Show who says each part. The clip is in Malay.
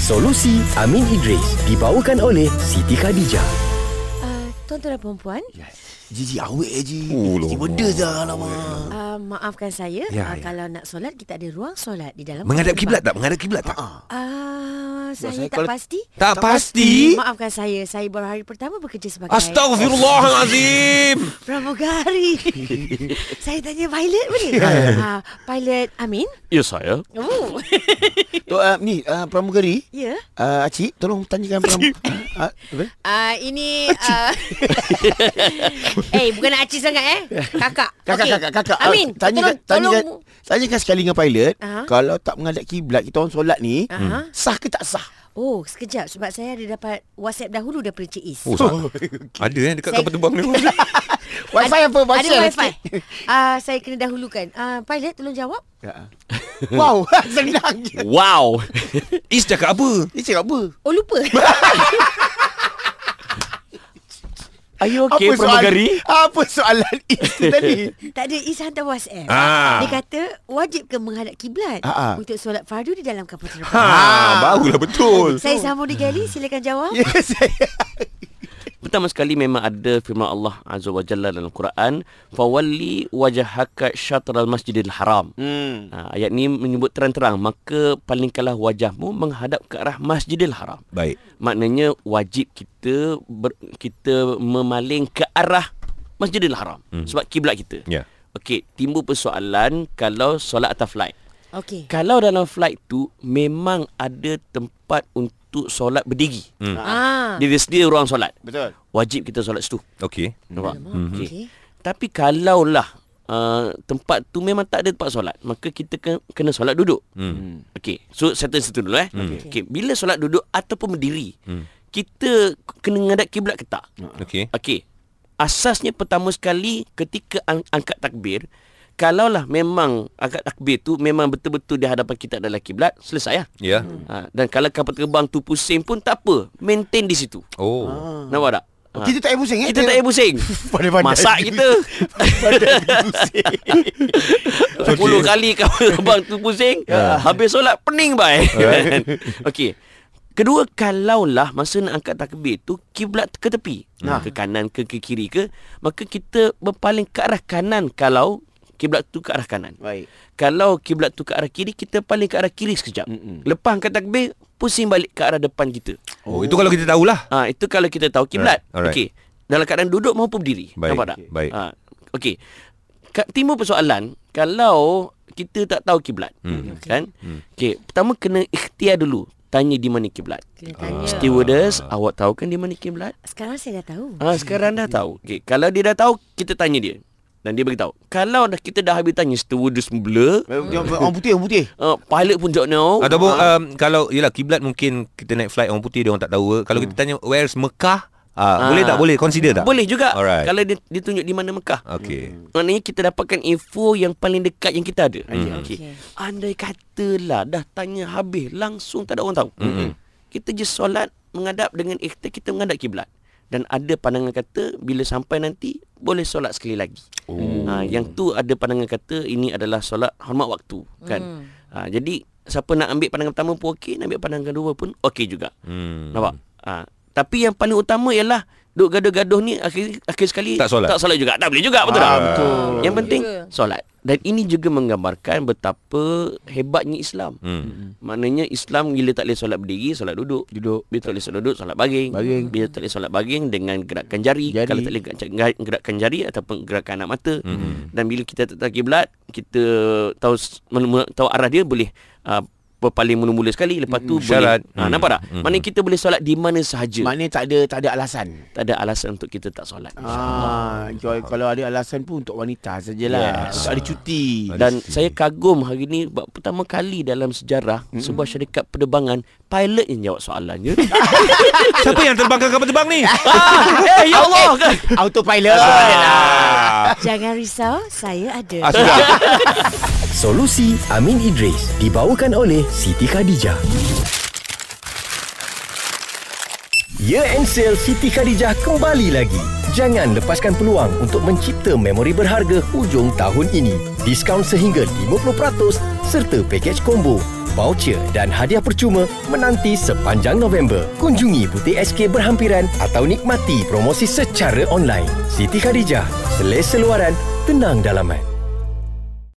Speaker 1: Solusi Amin Idris dibawakan oleh Siti Khadijah.
Speaker 2: Uh, tuan-tuan dan perempuan,
Speaker 3: Ya. Jiji awet eh Ji
Speaker 1: Oh,
Speaker 3: Jiji
Speaker 1: lama.
Speaker 3: benda dah lama
Speaker 2: uh, maafkan saya
Speaker 3: Ya,
Speaker 2: ya, uh,
Speaker 3: ya.
Speaker 2: kalau nak solat kita ada ruang solat di dalam
Speaker 3: Menghadap
Speaker 2: rumah.
Speaker 3: kiblat tak? Menghadap kiblat tak?
Speaker 2: Ah, saya,
Speaker 3: saya
Speaker 2: tak
Speaker 3: kalau-
Speaker 2: pasti. Hmm,
Speaker 3: Tak pasti?
Speaker 2: Maafkan saya, saya baru hari pertama bekerja sebagai
Speaker 3: Astaghfirullahalazim
Speaker 2: pramugari. saya tanya pilot boleh?
Speaker 3: Ya,
Speaker 2: uh, pilot Amin.
Speaker 4: Ya saya
Speaker 2: Oh,
Speaker 3: Tok uh, ni uh, pramugari
Speaker 2: ya.
Speaker 3: uh, Acik tolong tanyakan pramugari uh, apa?
Speaker 2: Ah ini uh, Eh bukan nak aci sangat eh Kakak
Speaker 3: Kakak,
Speaker 2: Okey.
Speaker 3: kakak, kakak. Ah,
Speaker 2: Amin
Speaker 3: tanyakan,
Speaker 2: tolong,
Speaker 3: tanyakan,
Speaker 2: tolong.
Speaker 3: tanyakan sekali dengan pilot.
Speaker 2: Aha.
Speaker 3: Kalau tak menghadap kiblat kita orang solat ni, hmm.
Speaker 2: Aha.
Speaker 3: sah ke tak sah?
Speaker 2: Oh sekejap Sebab saya ada dapat Whatsapp dahulu daripada Cik Is
Speaker 4: Oh sama Ada eh dekat
Speaker 2: Saya-
Speaker 4: kapal terbang ni
Speaker 3: Wifi apa?
Speaker 2: Ada
Speaker 3: lah
Speaker 2: wifi
Speaker 3: sikit.
Speaker 2: uh, Saya kena dahulukan uh, Pilot tolong jawab
Speaker 3: Ya. wow, senang je.
Speaker 4: Wow Is cakap apa?
Speaker 3: Dia cakap apa?
Speaker 2: Oh lupa
Speaker 4: Are you
Speaker 3: apa Soalan, apa soalan itu tadi?
Speaker 2: Tak ada Is hantar whatsapp
Speaker 4: Ah.
Speaker 2: Dia kata Wajib ke menghadap kiblat
Speaker 3: Ah, ah.
Speaker 2: Untuk solat fardu di dalam kapal
Speaker 4: Ha,
Speaker 2: terbang
Speaker 4: barulah betul
Speaker 2: Saya sambung di gali Silakan jawab
Speaker 3: Ya, saya.
Speaker 5: Pertama sekali memang ada firman Allah Azza wa Jalla dalam Quran, "Fawalli wajhaka syatral masjidil haram."
Speaker 3: Hmm.
Speaker 5: Ha, ayat ni menyebut terang-terang, maka palingkanlah wajahmu menghadap ke arah Masjidil Haram.
Speaker 4: Baik
Speaker 5: Maknanya wajib kita ber, kita memaling ke arah Masjidil Haram hmm. sebab kiblat kita.
Speaker 4: Ya.
Speaker 5: Okey, timbul persoalan kalau solat atas flight.
Speaker 2: Okey
Speaker 5: Kalau dalam flight tu memang ada tempat untuk solat berdiri. Hmm.
Speaker 2: Ah.
Speaker 5: Dia sedia ruang solat.
Speaker 3: Betul.
Speaker 5: Wajib kita solat situ.
Speaker 4: Okey
Speaker 5: Nampak?
Speaker 2: Alamak,
Speaker 5: Okey.
Speaker 2: okey.
Speaker 5: Tapi kalaulah uh, tempat tu memang tak ada tempat solat, maka kita ke- kena solat duduk. Hmm. Okey. So settle situ dulu eh. Okey. Okay. Bila solat duduk ataupun berdiri, hmm. kita k- kena menghadap kiblat ke tak?
Speaker 4: Okey
Speaker 5: Okey. Asasnya pertama sekali ketika ang- angkat takbir, kalaulah memang angkat takbir tu memang betul-betul di hadapan kita adalah kiblat, selesai lah.
Speaker 4: Ya
Speaker 5: Ha, dan kalau kapal terbang tu pusing pun tak apa, maintain di situ.
Speaker 4: Oh
Speaker 5: Nampak tak? Ha.
Speaker 3: Kita tak payah pusing eh?
Speaker 5: Kita tak payah pusing
Speaker 3: Pandai-pandai.
Speaker 5: Masak kita Puluh kali kau abang tu pusing Habis solat pening bai Okey Kedua kalaulah masa nak angkat takbir tu kiblat ke tepi nah. ke kanan ke ke kiri ke maka kita berpaling ke arah kanan kalau kiblat tu ke arah kanan.
Speaker 3: Baik.
Speaker 5: Kalau kiblat tu ke arah kiri kita paling ke arah kiri sekejap. Mm-mm. Lepas angkat takbir pusing balik ke arah depan kita.
Speaker 4: Oh itu kalau kita tahulah
Speaker 5: Ah ha, itu kalau kita tahu kiblat.
Speaker 4: Alright, alright.
Speaker 5: Okey. Dalam keadaan duduk maupun berdiri.
Speaker 4: Baik,
Speaker 5: Nampak tak?
Speaker 4: baik.
Speaker 5: Ha, okey. Ka- Timbul persoalan kalau kita tak tahu kiblat, hmm. kan? Hmm. Okey, pertama kena ikhtiar dulu. Tanya di mana kiblat.
Speaker 2: Kena tanya
Speaker 4: Ah.
Speaker 5: Stewardess, awak tahu kan di mana kiblat?
Speaker 2: Sekarang saya dah tahu
Speaker 5: Ah sekarang dah tahu. Okey, kalau dia dah tahu, kita tanya dia. Dan dia beritahu. Kalau dah kita dah habis tanya stewardess mula,
Speaker 3: Orang putih, orang putih.
Speaker 5: uh, pilot pun Ah, tak know.
Speaker 4: Ataupun um, kalau Yelah kiblat mungkin Kita naik flight orang putih Dia orang tak tahu Kalau kita tanya Where's Mekah ah,
Speaker 5: Ah.
Speaker 4: Boleh tak boleh Consider tak
Speaker 5: boleh juga
Speaker 4: Alright. Ah.
Speaker 5: kalau dia, dia tunjuk di mana Mekah.
Speaker 4: Okey
Speaker 5: Maknanya kita dapatkan info yang paling dekat yang kita ada. Mm.
Speaker 2: Okey.
Speaker 5: Okey. Andai katalah dah tanya habis langsung tak ada orang tahu. Mm-hmm. Kita je solat menghadap dengan ikhtiar kita menghadap kiblat. Dan ada pandangan kata bila sampai nanti boleh solat sekali lagi. Oh. Ha, yang tu ada pandangan kata ini adalah solat hormat waktu kan. Mm. Ha, jadi siapa nak ambil pandangan pertama pun okey, nak ambil pandangan kedua pun okey juga.
Speaker 4: Hmm.
Speaker 5: Nampak? Ha. Tapi yang paling utama ialah duk gaduh-gaduh ni akhir akhir sekali
Speaker 4: Tak solat.
Speaker 5: tak solat juga. Tak boleh juga betul
Speaker 3: Ah,
Speaker 5: tak?
Speaker 3: betul.
Speaker 5: Yang penting
Speaker 2: juga.
Speaker 5: solat. Dan ini juga menggambarkan betapa hebatnya Islam.
Speaker 4: Hmm.
Speaker 5: Maknanya Islam bila tak boleh solat berdiri, solat duduk. Duduk. Bila tak boleh solat duduk, solat baring.
Speaker 3: Baring.
Speaker 5: Bila tak boleh solat baring dengan gerakkan jari.
Speaker 3: Jari.
Speaker 5: Kalau tak boleh gerak- gerak- gerakkan jari ataupun gerakkan anak mata.
Speaker 4: Mhm.
Speaker 5: Hmm. Dan bila kita tak tahu kiblat, kita tahu s- menu- tahu arah dia boleh uh, berpaling mula-mula sekali lepas tu
Speaker 4: Syarat.
Speaker 5: boleh. Ha,
Speaker 4: Hmm.
Speaker 5: nampak tak? Maknanya kita boleh solat di mana sahaja.
Speaker 3: Maknanya tak ada tak ada alasan.
Speaker 5: tak ada alasan untuk kita tak solat.
Speaker 3: Ah, kalau- kalau ada alasan pun untuk wanita sajalah. Yes. Ada cuti.
Speaker 5: Dan saya kagum hari ni sebab pertama kali dalam sejarah
Speaker 3: Hmm.
Speaker 5: mm-hmm. sebuah syarikat penerbangan pilot yang jawab soalannya.
Speaker 4: Siapa yang terbangkan kapal terbang ni?
Speaker 5: ah, eh, ya Allah kan.
Speaker 3: Autopilot.
Speaker 2: Jangan risau Saya ada
Speaker 4: Ah, sudah.
Speaker 1: Solusi Amin Idris dibawakan oleh Siti Khadijah. Year End Ya Sale Siti Khadijah kembali lagi. Jangan lepaskan peluang untuk mencipta memori berharga hujung tahun ini. Diskaun sehingga 50% serta pakej combo. voucher dan hadiah percuma menanti sepanjang November. Kunjungi butik SK berhampiran atau nikmati promosi secara online. Siti Khadijah, selesa luaran, tenang dalaman.